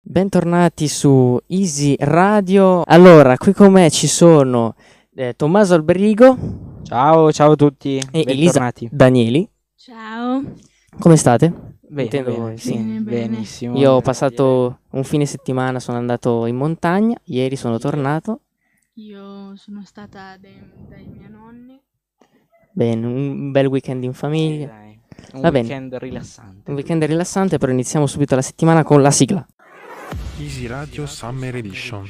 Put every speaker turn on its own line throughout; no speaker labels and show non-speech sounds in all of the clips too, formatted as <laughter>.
bentornati su Easy Radio. Allora, qui con me ci sono eh, Tommaso Alberrigo
Ciao, ciao a tutti.
e Elisa
Bentornati.
Danieli.
Ciao.
Come state?
Bene,
Intendo
bene,
voi,
sì,
Bene, bene.
benissimo.
Io ho passato un fine settimana, sono andato in montagna, ieri sono tornato.
Io sono stata dai, dai miei nonni.
Bene, un bel weekend in
Sì,
famiglia.
dai. Un
Va bene.
weekend rilassante.
Un weekend rilassante, però iniziamo subito la settimana con la sigla.
Easy Radio Summer Edition.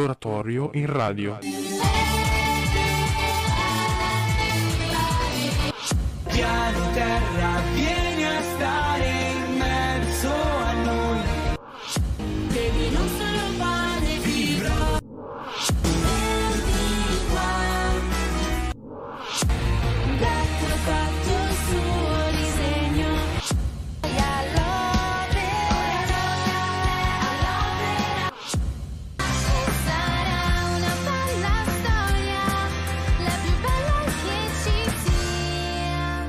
Oratorio in radio.
Sarà una bella storia, la più bella che ci sia.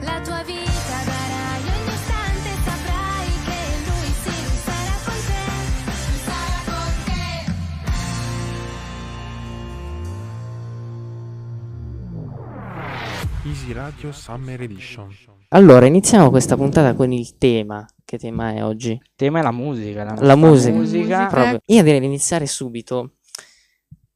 La tua vita darai ogni istante, saprai che lui sì, lui sarà con te, lui sarà con te.
Easy Radio Summer Edition.
Allora, iniziamo questa puntata con il tema. Che tema è oggi?
Il tema è la musica. La,
La musica.
La
Eh.
musica.
Proprio. Io direi di iniziare subito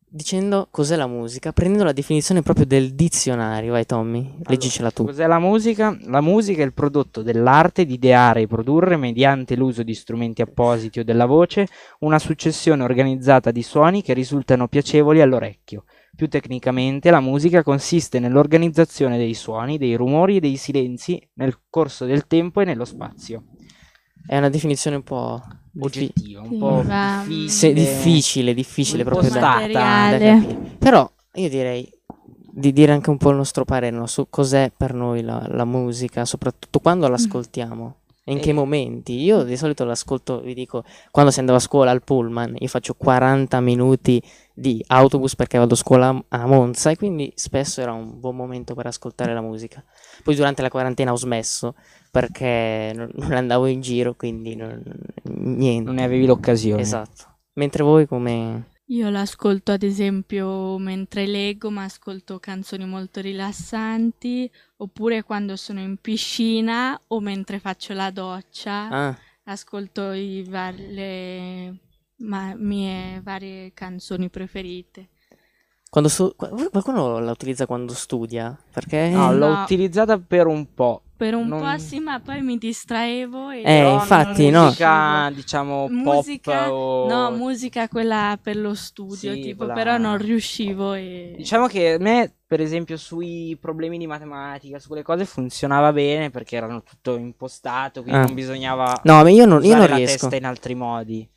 dicendo cos'è la musica, prendendo la definizione proprio del dizionario. Vai, Tommy, leggicela tu.
Cos'è la musica? La musica è il prodotto dell'arte di ideare e produrre mediante l'uso di strumenti appositi o della voce una successione organizzata di suoni che risultano piacevoli all'orecchio. Più tecnicamente, la musica consiste nell'organizzazione dei suoni, dei rumori e dei silenzi nel corso del tempo e nello spazio.
È una definizione un po' diffi-
Oggettiva, un
Sì,
po'
va-
difficile.
se- difficile, difficile
un
proprio
po'
da, da
materiale.
capire. Però io direi di dire anche un po' il nostro parere no, su cos'è per noi la, la musica, soprattutto quando
Mm.
l'ascoltiamo. E in che
Eh.
momenti? Io di solito l'ascolto, vi dico, quando si andava a scuola al pullman, io faccio 40 minuti di autobus perché vado a scuola a- a Monza e quindi spesso era un buon momento per ascoltare la musica. Poi durante la quarantena ho smesso perché non, non andavo in giro, quindi non- niente.
Non ne avevi l'occasione.
Esatto. Mentre voi come...
Io l'ascolto ad esempio mentre leggo, ma ascolto canzoni molto rilassanti, oppure quando sono in piscina o mentre faccio la doccia,
Ah,
ascolto i var- le ma- mie varie canzoni preferite.
quando stu- qu- qualcuno la utilizza quando studia? Perché...
No, l'ho
Eh, No.
utilizzata per un po'.
Per un
Non-
po' sì, ma poi mi distraevo e...
Eh,
Però
infatti,
non
no.
Musica, diciamo,
Musica-
pop o...
No, musica quella per lo studio,
Sì,
tipo,
quella-
però non riuscivo e...
Diciamo che a me, per esempio, sui problemi di matematica, su quelle cose funzionava bene perché erano tutto impostato, quindi
Ah.
non bisognava
No, ma io non, io
usare
non
la
riesco.
testa in altri modi.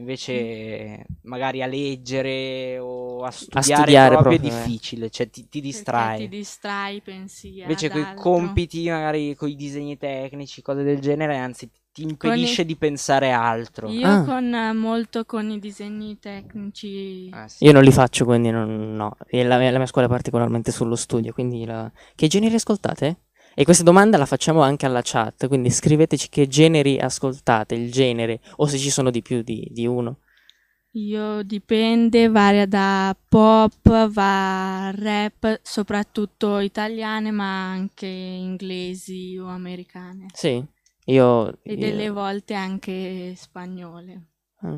Invece, magari a leggere o a studiare,
studiare
proprio,
proprio,
è
eh.
difficile, cioè ti, ti
Perché
distrai.
Ti distrai, pensi
Invece
ad
con i
altro.
compiti, magari con i disegni tecnici, cose del genere, anzi, ti impedisce
i-
di pensare a altro.
Io
Ah.
con eh, molto con i disegni tecnici.
Ah, sì.
Io non li faccio, quindi non, no. E La, mia- la mia scuola è particolarmente sullo studio, quindi... la- Che generi ascoltate? E questa domanda la facciamo anche alla chat, quindi scriveteci che generi ascoltate, il genere, o se ci sono di più di, di uno.
Io dipende, varia da pop, va a rap, soprattutto italiane, ma anche inglesi o americane.
Sì, io...
E
io-
eh.
delle volte anche spagnole.
Ah.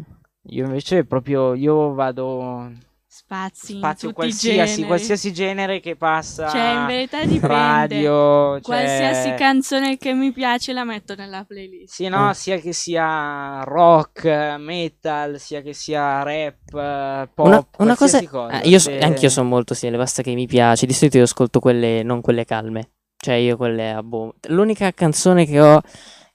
Io invece proprio io vado
Spazi in
spazio
tutti i
qualsiasi,
generi.
qualsiasi genere che passa,
Cioè, in verità dipende.
radio, cioè-
Qualsiasi canzone che mi piace la metto nella playlist.
Sì, no,
Ah.
sia che sia rock, metal, sia che sia rap, eh, pop,
Una, una cosa,
qualsiasi cosa. cioè
ah, io so-
Se-
anch'io sono molto simile, basta che mi piace. Di solito io ascolto quelle, non quelle calme. Cioè, io quelle a boom. L'unica canzone che ho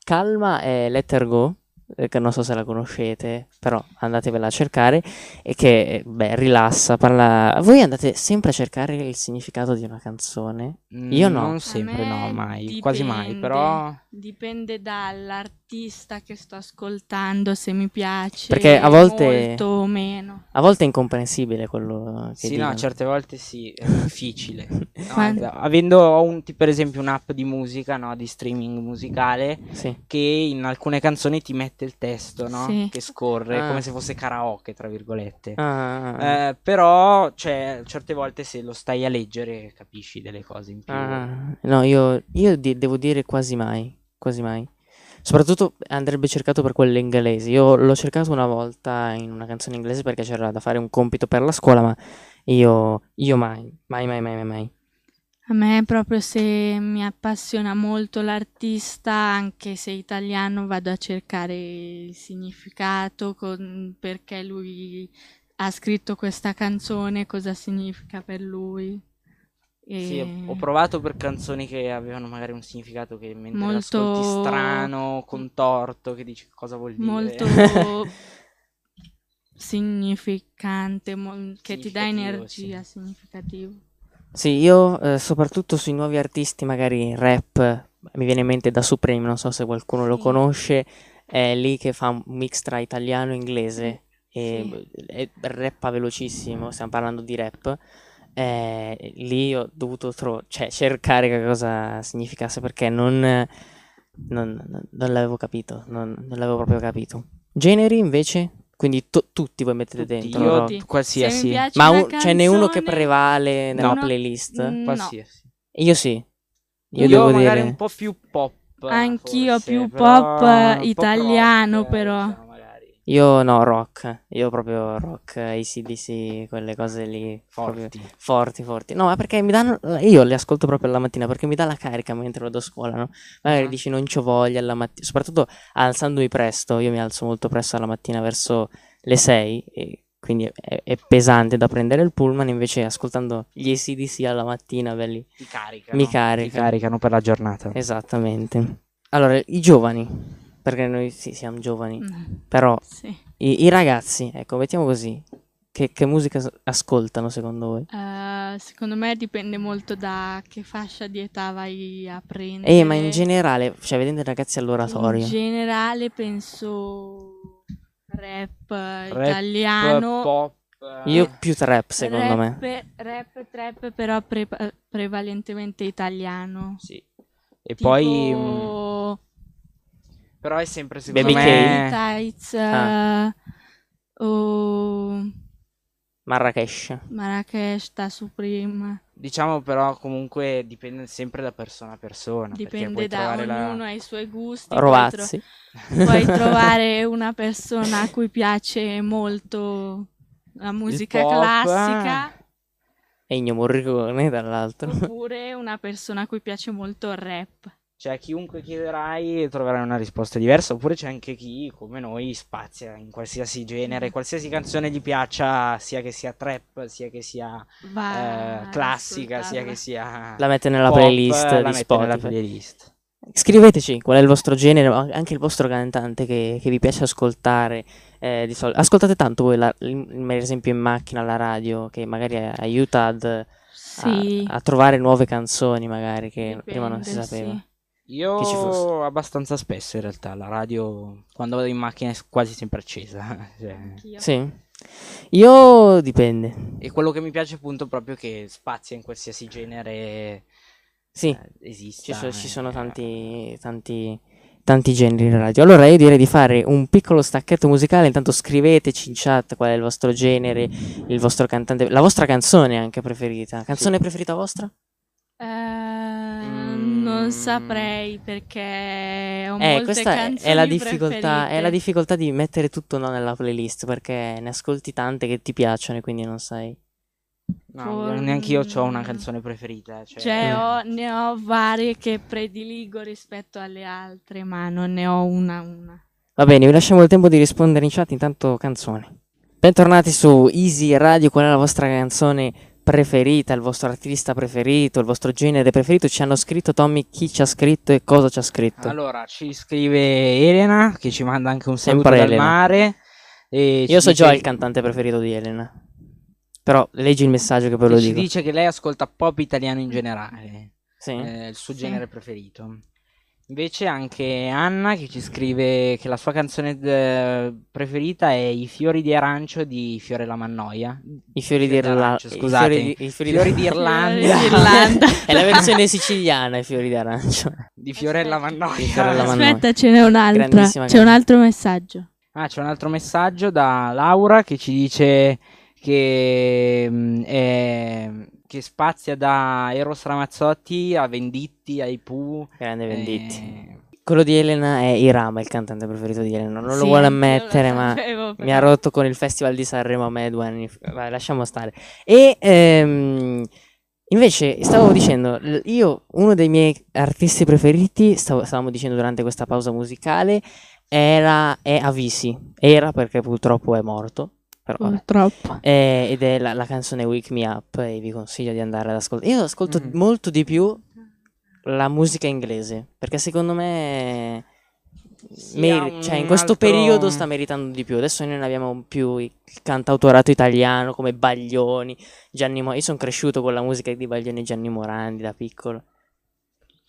calma è Letter Go, eh, che non so se la conoscete, però andatevela a cercare. E che, eh, beh, rilassa, parla. Voi andate sempre a cercare il significato di una canzone?
Mm,
io no.
Non sempre,
A me
no, mai, quasi mai,
dipende.
però
Dipende l'artista che sto ascoltando, se mi piace.
Perché a volte-
Molto o meno.
A volte è incomprensibile quello che
Sì,
dicono.
no, certo. certe volte sì,
<laughs>
è difficile. No,
Ma-
esatto. Avendo ho un, ti- per esempio un'app di musica, no, di streaming musicale,
Sì.
che in alcune canzoni ti mette il testo, no?
Sì.
Che scorre,
Ah.
come se fosse karaoke, tra virgolette.
Ah, ah,
Eh, però, cioè, certe volte se lo stai a leggere capisci delle cose in più.
ah, ah. no, io, io di- devo dire quasi mai, quasi mai. Soprattutto andrebbe cercato per quelle inglesi. Io l'ho cercato una volta in una canzone inglese perché c'era da fare un compito per la scuola, ma io, io mai, mai, mai, mai, mai, mai.
A me proprio se mi appassiona molto l'artista, anche se italiano, vado a cercare il significato, con- perché lui ha scritto questa canzone, cosa significa per lui. E...
Sì, ho- ho provato per canzoni che avevano magari un significato che mentre
Molto-
l'ascolti strano, contorto, che dici cosa vuol dire. <laughs>
molto <laughs> significante, mol- che ti dà
Significativo, sì.
energia, significativo.
Sì, io eh, soprattutto sui nuovi artisti, magari rap, mi viene in mente Da Supreme, non so se qualcuno lo
Sì.
conosce, è lì che fa un mix tra italiano e inglese e, e rappa velocissimo, stiamo parlando di rap. eh, lì ho dovuto tro- cioè, cercare che cosa significasse perché non, non- non l'avevo capito, non, non l'avevo proprio capito. Generi invece? Quindi to- tutti voi mettete
Tutti,
dentro,
io
no?
Tutti.
qualsiasi.
Se mi piace
eh Ma
una
un- ce n'è uno che
canzone-
prevale nella
No.
playlist?
Mm, no.
qualsiasi.
Io sì. Io
Io,
devo
magari
dire.
un po' più pop.
Anch'io
forse,
più
però
pop,
un po'
italiano,
rock,
però.
diciamo, magari.
Io no, rock. Io proprio rock, ACDC, quelle cose lì. proprio
Forti.
forti, forti. No, ma perché mi danno. Io le ascolto proprio la mattina perché mi dà la carica mentre vado a scuola, no? Magari
Ah.
dici non c'ho voglia la mattina. Soprattutto alzandomi presto. Io mi alzo molto presto alla mattina verso le 6. E quindi è, è pesante da prendere il pullman. Invece, ascoltando gli ACDC alla mattina, belli.
Ti caricano.
Mi
Ti
carica. Eh,
caricano per la giornata.
Esattamente. Allora, i giovani, perché noi sì, siamo
Mm.
giovani, però
Sì.
i, i ragazzi, ecco, mettiamo così, che, che musica s- ascoltano secondo voi?
Eh, secondo me dipende molto da che fascia di età vai a prendere.
Eh, ma in generale, cioè vedendo i ragazzi all'oratorio,
In generale penso rap, eh,
Rap,
italiano.
Pop. eh,
io più trap secondo
rap,
me.
Rap, trap, però pre- prevalentemente italiano.
Sì. E poi... mh,
Tipo
mm,
Però è sempre secondo
Baby
me...
K.
Tights,
Ah.
eh, o
Marrakesh.
Marrakesh, Da Supreme.
Diciamo però comunque dipende sempre da persona a persona. perché
Dipende
puoi
da
trovare la-
ognuno, ha i suoi gusti. puoi tro-
Rovazzi.
<laughs>
puoi trovare una persona a cui piace molto la
il
musica
pop,
classica
E <laughs> Ennio Morricone
eh.
dall'altro.
oppure una persona a cui piace molto il rap.
Cioè, chiunque chiederai troverai una risposta diversa, oppure c'è anche chi, come noi, spazia in qualsiasi genere,
Mm.
qualsiasi canzone gli piaccia, sia che sia trap, sia che sia
Va
eh,
ad
classica, sia
Ah, ascoltarla.
che sia
La mette nella
pop,
playlist
la
di
mette nella
Spotify.
playlist.
Scriveteci qual è il vostro genere, ma anche il vostro cantante che, che vi piace ascoltare. eh, di solito. Ascoltate tanto voi, la- in- per esempio, in macchina la radio, che magari eh, aiuta ad, a-
Sì,
Ah,
a, trovare nuove canzoni, magari che prima non si
dipende,
sapeva.
sì.
Che ci fosse.
Io abbastanza spesso in realtà la radio quando vado in macchina è quasi sempre accesa. <laughs> cioè.
Anch'io.
Sì. Io dipende.
E quello che mi piace appunto è proprio che spazia in qualsiasi genere
Sì,
eh, esista.
ci, so- ci
eh,
sono
eh,
tanti, tanti, tanti generi in radio. Allora io direi di fare un piccolo stacchetto musicale. Intanto scriveteci in chat qual è il vostro genere, il vostro cantante, la vostra canzone anche preferita. Canzone preferita vostra?
Eh,
Mm.
Ehm, non saprei perché ho
Eh,
molte
questa è- è,
canzoni
la difficoltà, è la
preferite.
difficoltà di mettere tutto no, nella playlist perché ne ascolti tante che ti piacciono e quindi non sai.
No, neanche io ho una
Mm.
canzone preferita. Cioè,
Cioè,
Mm.
ho- ne ho varie che prediligo rispetto alle altre, ma non ne ho una a una.
Va bene, vi lasciamo il tempo di rispondere in chat, intanto canzoni. Bentornati su Easy Radio, qual è la vostra canzone preferita, il vostro artista preferito, il vostro genere preferito? Ci hanno scritto Tommy chi ci ha scritto e cosa ci ha scritto.
Allora, ci scrive Elena che ci manda anche un saluto
Sempre
dal
Elena.
mare. e ci
Io so
dice-
già il cantante preferito di Elena. Però leggi il messaggio che poi lo
che Ci
dico.
dice che lei ascolta pop italiano in generale,
Sì.
eh, il suo
Sì.
genere preferito. Invece anche Anna che ci scrive che la sua canzone eh, preferita è I fiori di arancio di Fiorella Mannoia.
I fiori di Irlanda.
d'arancio, scusate.
I fiori di, i fiori di-
Fiori di Irlanda.
<laughs> Fiori d'Irlanda.
<laughs> È la
<laughs>
versione siciliana, i fiori di arancio.
<laughs> Di Fiorella Mannoia.
Di Fiorella Mannoia.
Aspetta, ce n'è un'altra.
Grandissima
C'è un altro messaggio.
Ah, c'è un altro messaggio da Laura che ci dice che, mm, è- che spazia da Eros Ramazzotti a Venditti, ai Pooh.
Grande venditti.
eh,
Quello di Elena è Irama, il cantante preferito di Elena. Non lo
Sì,
vuole
io
ammettere,
lo
ma
sapevo, però.
mi ha rotto con il Festival di Sanremo a me due anni fa. Vai, lasciamo stare. E ehm, invece stavo dicendo, l- io uno dei miei artisti preferiti, stavo- stavamo dicendo durante questa pausa musicale, era è Avisi. Era perché purtroppo è morto. Però vabbè.
Purtroppo.
Eh, ed è la, la canzone Wake Me Up e vi consiglio di andare ad ascoltare. Io ascolto
Mhm.
molto di più la musica inglese perché secondo me
Sì,
meri-
ha un
cioè, in questo
altro-
periodo sta meritando di più. Adesso noi non abbiamo più il cantautorato italiano come Baglioni, Gianni Morandi. Io sono cresciuto con la musica di Baglioni e Gianni Morandi da piccolo.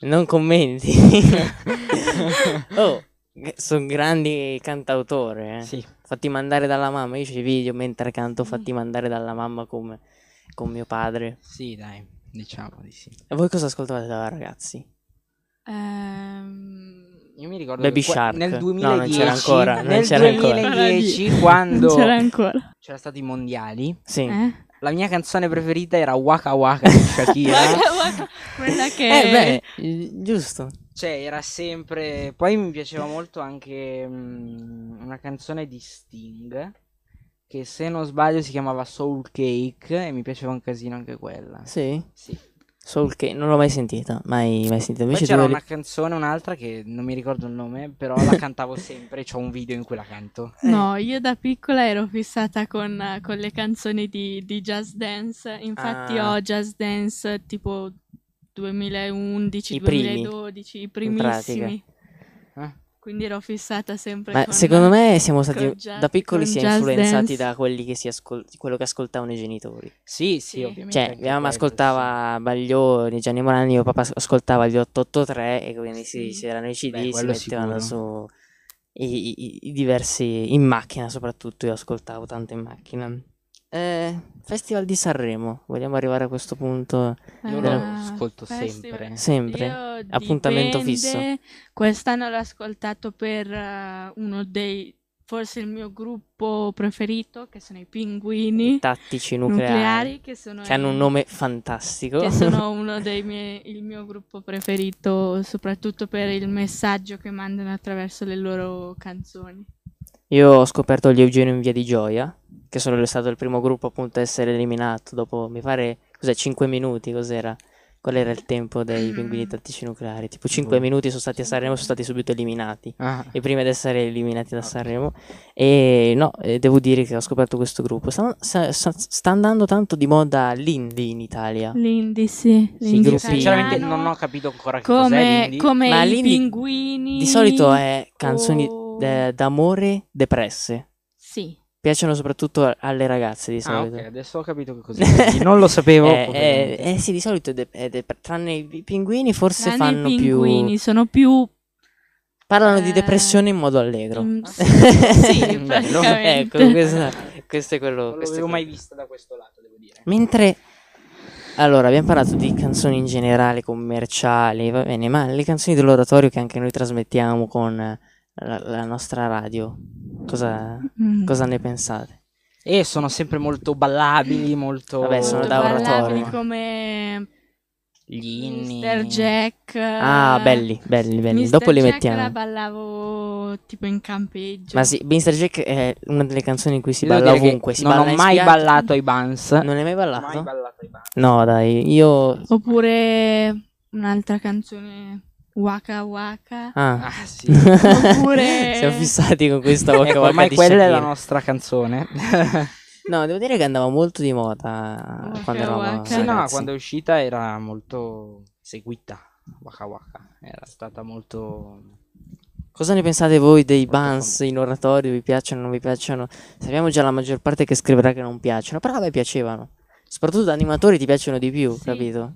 Non commenti.
<laughs>
oh, sono grandi cantautore. Eh.
Sì.
Fatti mandare dalla mamma. Io ci video mentre canto
Mm.
Fatti mandare dalla mamma come con mio padre.
Sì, dai, diciamo di sì.
E voi cosa ascoltavate da ragazzi?
Ehm,
Io mi ricordo
Baby
che qua-
Shark.
nel
No, non
2010,
c'era ancora, non
nel
c'era ancora.
2010
Ah, <laughs> Non
quando
c'era
c'era...
ancora.
stato i mondiali,
Sì.
Eh?
la mia canzone preferita era Waka Waka di Shakira.
<laughs> Waka Waka, Quella che
Eh beh, giusto.
Cioè, era sempre. Poi mi piaceva molto anche mm, una canzone di Sting. Che se non sbaglio si chiamava Soul Cake. E mi piaceva un casino anche quella.
Sì.
Sì. Poi
Soul che non l'ho mai sentita, mai, mai sentita. Invece
c'era
dove
una canzone, un'altra che non mi ricordo il nome, però
<laughs>
la cantavo sempre. C'ho un video in cui la canto.
eh.
No, io da piccola ero fissata con, con le canzoni di, di Jazz Dance, infatti
Ah.
ho Jazz Dance tipo 2011,
I primi,
2012, i
pratica.
primissimi,
Eh?
quindi ero fissata sempre
Ma
con...
secondo me siamo stati
con jazz-
da piccoli
con
si è
jazz
influenzati
dance.
da quelli che si ascol- quello che ascoltavano i genitori.
Sì, sì,
Sì.
ovviamente.
Cioè,
anche
mia mamma
quello,
ascoltava Baglioni, Gianni Morani, mio papà as- ascoltava gli 883 e quindi si
Sì.
c'erano i CD,
Beh,
si
quello
mettevano
sicuro.
su i, i- i diversi in macchina, soprattutto io ascoltavo tanto in macchina. Eh, Festival di Sanremo, vogliamo arrivare a questo punto
sì.
me
Io
Della-
lo ascolto sempre.
sempre. Appuntamento fisso.
Quest'anno l'ho ascoltato per eh, uno dei, forse il mio gruppo preferito, che sono i Pinguini
Tattici
Nucleari,
nucleari,
che sono
che hanno
i-
un nome fantastico.
che sono uno dei miei, il mio gruppo preferito, soprattutto per il messaggio che mandano attraverso le loro canzoni.
Io ho scoperto gli Eugenio in Via di Gioia, che sono è stato il primo gruppo appunto a essere eliminato dopo, mi pare, cos'è, 5 minuti, cos'era? Qual era il tempo dei pinguini tattici nucleari? Tipo 5
Boh.
minuti sono stati a Sanremo, sono stati subito eliminati.
Ah.
E prima di essere eliminati da
Ok.
Sanremo. E no, eh, devo dire che ho scoperto questo gruppo. Sta, sta- sta- sta andando tanto di moda l'indie in Italia.
L'indie, sì.
Ah. Sì, l'indie gruppi-
Sinceramente non ho capito ancora che cos'è Ah,
Come,
l'indie.
come
Ma
i
l'indie
pinguini.
Di solito è canzoni
o-
de- d'amore depresse.
Sì.
Piacciono soprattutto a- alle ragazze di
Ah,
solito.
ok, adesso ho capito che <laughs> cos'è. non lo sapevo.
Eh,
ovviamente.
eh, eh, sì, di solito è de- è de- tranne i pinguini forse
Tranne
fanno
i
più...
pinguini sono più...
Parlano di
eh,
depressione in modo allegro. <laughs>
mm, sì, <laughs> sì,
Bello.
praticamente.
Ecco,
<laughs>
questa- questo è quello...
Non
questo è
l'avevo mai
quello.
vista da questo lato, devo dire.
Mentre... Allora, abbiamo parlato di canzoni in generale, commerciali, va bene, ma le canzoni dell'oratorio che anche noi trasmettiamo con eh, la, la nostra radio, cosa,
Mm.
cosa ne pensate?
E sono sempre molto ballabili, molto...
Vabbè, sono
Molto
da
ballabili
oratorio.
come
Gli inni.
Mr. Jack.
Ah,
eh,
belli, belli, belli.
Mr.
Dopo li
Jack
mettiamo.
la ballavo tipo in campeggio.
Ma sì, Mr. Jack è una delle canzoni in cui si
Devo
balla
dire che
ovunque. Si
non
balla
ho
in
mai
spiaggia.
ballato ai Bans.
Non hai mai ballato?
mai ballato ai Bans.
Ah. No, dai, io.
Oppure un'altra canzone Waka Waka.
Ah.
Ah, <laughs> sì.
Oppure-
<laughs> Siamo fissati con questa
Ecco,
Waka Waka
ormai
di
quella è la
Shakira.
nostra canzone. <laughs>
No, devo dire che andava molto di moda
Waka
quando eravamo
Waka.
sì, Cioè, no,
ragazzi.
quando è uscita era molto seguita. Waka Waka. Era stata molto...
Cosa ne pensate voi dei
Molto
bans in oratorio? Vi piacciono o non vi piacciono? Sappiamo già la maggior parte che scriverà che non piacciono, però a me piacevano. Soprattutto da animatori ti piacciono di più,
Sì.
capito?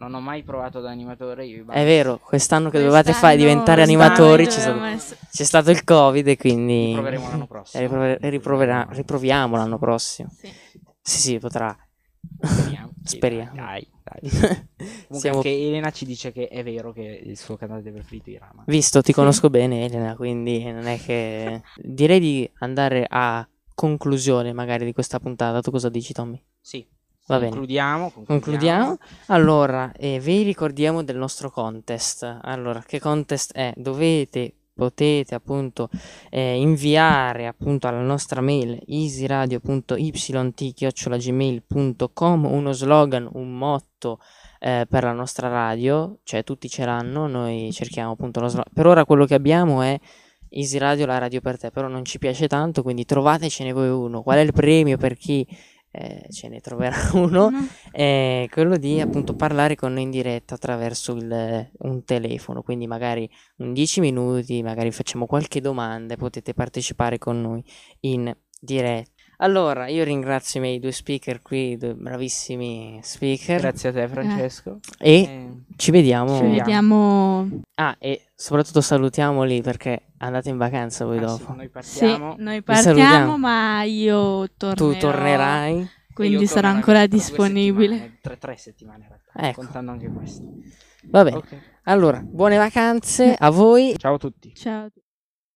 Non ho mai provato da animatore io. i
È
bambini.
vero, quest'anno che dovevate
Quest'anno-
fare diventare
quest'anno
animatori ci
dovevamo
sono-
essere-
c'è stato il Covid e quindi
Proveremo l'anno prossimo.
E eh, riprover- e riprovera- riproviamo l'anno prossimo.
sì.
Sì, sì, potrà.
Speriamo. Sì,
Speriamo.
Dai, dai. Comunque
Siamo-
anche Elena ci dice che è vero che il suo cantante preferito è Irama.
Visto, ti conosco bene, Elena, quindi non è che... Direi di andare a conclusione magari di questa puntata. Tu cosa dici, Tommy?
Sì.
Va bene.
Concludiamo,
Concludiamo. Allora, eh, vi ricordiamo del nostro contest. Allora, che contest è? Dovete, potete appunto eh, inviare appunto alla nostra mail easyradio.yt-gmail.com uno slogan, un motto eh, per la nostra radio, cioè tutti ce l'hanno, noi cerchiamo appunto lo slogan. Per ora quello che abbiamo è Easy Radio, la radio per te, però non ci piace tanto, quindi trovatecene voi uno. Qual è il premio per chi eh, ce ne troverà <laughs> uno?
No.
è quello di appunto parlare con noi in diretta attraverso il- un telefono, quindi magari in 10 minuti, magari facciamo qualche domanda e potete partecipare con noi in diretta. Allora, io ringrazio i miei due speaker qui, due bravissimi speaker,
Grazie a te Francesco.
e
Eh,
ci vediamo.
Ci vediamo.
Ah, e soprattutto salutiamoli perché andate in vacanza voi
ah, sì,
dopo.
noi
Sì,
partiamo.
salutiamo.
noi partiamo, ma io tornerò.
tu tornerai?
Quindi
Io
sarà
torno
ancora
tra due
disponibile.
settimane, Tre, tre settimane in realtà.
Ecco.
Contando anche questo.
Va bene.
Ok.
Allora, buone vacanze a voi.
Ciao a tutti.
Ciao.